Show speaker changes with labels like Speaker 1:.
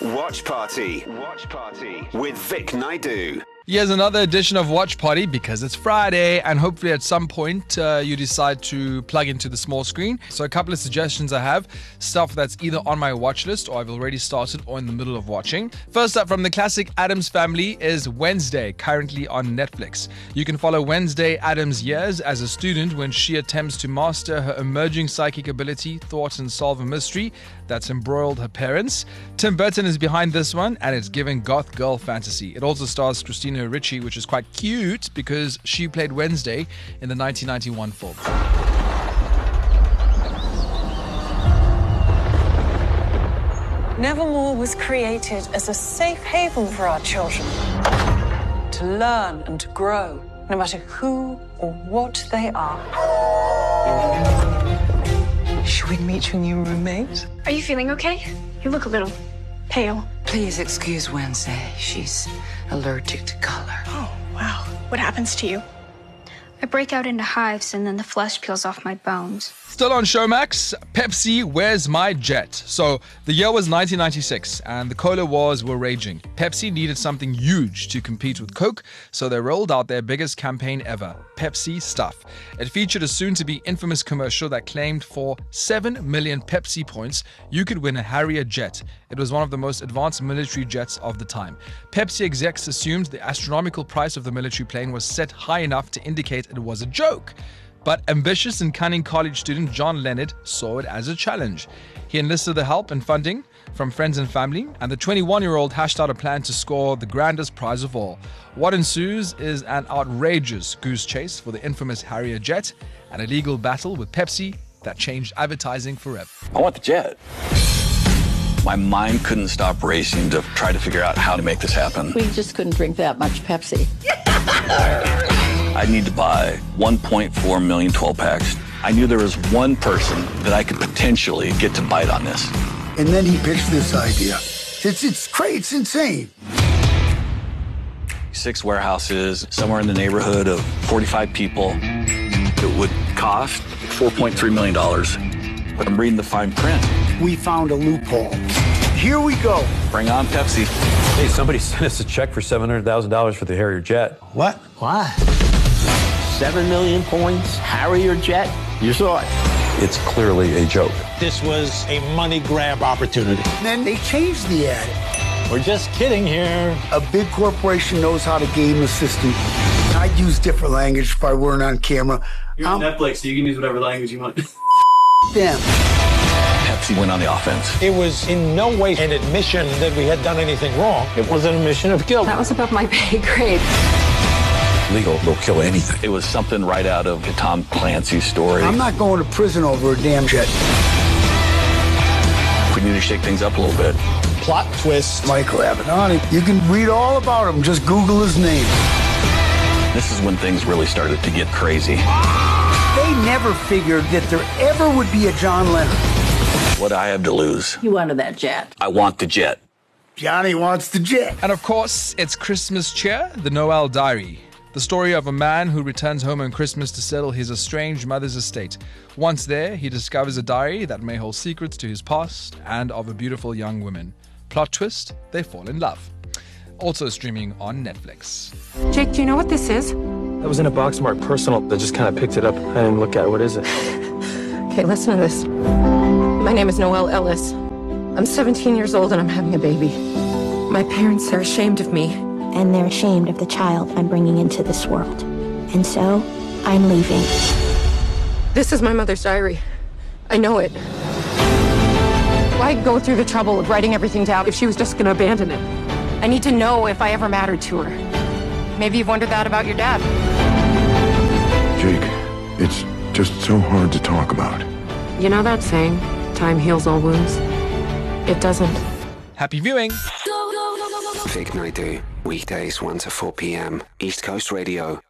Speaker 1: Watch Party. Watch Party with Vic Naidu.
Speaker 2: Here's another edition of Watch Party because it's Friday, and hopefully, at some point, uh, you decide to plug into the small screen. So, a couple of suggestions I have stuff that's either on my watch list or I've already started or in the middle of watching. First up from the classic Adams family is Wednesday, currently on Netflix. You can follow Wednesday Adams' years as a student when she attempts to master her emerging psychic ability, thought, and solve a mystery that's embroiled her parents. Tim Burton is behind this one, and it's giving goth girl fantasy. It also stars Christina. Christina Ricci, which is quite cute because she played Wednesday in the 1991 film.
Speaker 3: Nevermore was created as a safe haven for our children to learn and to grow, no matter who or what they are. Should we meet your new roommate?
Speaker 4: Are you feeling okay? You look a little pale.
Speaker 5: Please excuse Wednesday. She's allergic to color.
Speaker 4: Oh, wow. What happens to you? I break out into hives and then the flesh peels off my bones.
Speaker 2: Still on Showmax, Pepsi, Where's My Jet? So, the year was 1996 and the cola wars were raging. Pepsi needed something huge to compete with Coke, so they rolled out their biggest campaign ever Pepsi Stuff. It featured a soon to be infamous commercial that claimed for 7 million Pepsi points, you could win a Harrier jet. It was one of the most advanced military jets of the time. Pepsi execs assumed the astronomical price of the military plane was set high enough to indicate it was a joke. But ambitious and cunning college student John Leonard saw it as a challenge. He enlisted the help and funding from friends and family, and the 21 year old hashed out a plan to score the grandest prize of all. What ensues is an outrageous goose chase for the infamous Harrier jet and a legal battle with Pepsi that changed advertising forever.
Speaker 6: I want the jet. My mind couldn't stop racing to try to figure out how to make this happen.
Speaker 7: We just couldn't drink that much Pepsi.
Speaker 6: I need to buy 1.4 million 12 packs. I knew there was one person that I could potentially get to bite on this.
Speaker 8: And then he pitched this idea. It's, it's crazy, it's insane.
Speaker 6: Six warehouses, somewhere in the neighborhood of 45 people. It would cost $4.3 million. But I'm reading the fine print.
Speaker 8: We found a loophole. Here we go.
Speaker 6: Bring on Pepsi.
Speaker 9: Hey, somebody sent us a check for $700,000 for the Harrier jet.
Speaker 8: What?
Speaker 10: Why? Seven million points, Harrier jet. You saw it.
Speaker 9: It's clearly a joke.
Speaker 11: This was a money grab opportunity.
Speaker 8: Then they changed the ad.
Speaker 11: We're just kidding here.
Speaker 8: A big corporation knows how to game the system. I'd use different language if I weren't on camera.
Speaker 12: You're on Netflix, so you can use whatever language you want.
Speaker 8: Them.
Speaker 6: Pepsi went on the offense.
Speaker 11: It was in no way an admission that we had done anything wrong. It was an admission of guilt.
Speaker 13: That was above my pay grade.
Speaker 9: Legal will kill anything.
Speaker 6: It was something right out of the Tom Clancy story.
Speaker 8: I'm not going to prison over a damn jet.
Speaker 6: We need to shake things up a little bit.
Speaker 11: Plot twist.
Speaker 8: Michael Avenatti. You can read all about him. Just Google his name.
Speaker 6: This is when things really started to get crazy.
Speaker 8: They never figured that there ever would be a John Lennon.
Speaker 6: What I have to lose.
Speaker 7: You wanted that jet.
Speaker 6: I want the jet.
Speaker 8: Johnny wants the jet.
Speaker 2: And of course, it's Christmas cheer, the Noel Diary. The story of a man who returns home on Christmas to settle his estranged mother's estate. Once there, he discovers a diary that may hold secrets to his past and of a beautiful young woman. Plot twist they fall in love. Also streaming on Netflix.
Speaker 14: Jake, do you know what this is?
Speaker 15: That was in a box marked personal. I just kind of picked it up. I didn't look at it. What is it?
Speaker 14: Okay, listen to this. My name is Noelle Ellis. I'm 17 years old and I'm having a baby. My parents are ashamed of me.
Speaker 16: and they're ashamed of the child I'm bringing into this world. And so I'm leaving.
Speaker 14: This is my mother's diary. I know it. Why go through the trouble of writing everything down if she was just going to abandon it? I need to know if I ever mattered to her. Maybe you've wondered that about your dad.
Speaker 17: Jake, it's just so hard to talk about.
Speaker 14: You know that saying, time heals all wounds? It doesn't.
Speaker 2: Happy viewing!
Speaker 1: Vic Naidu. Weekdays 1 to 4 p.m. East Coast Radio.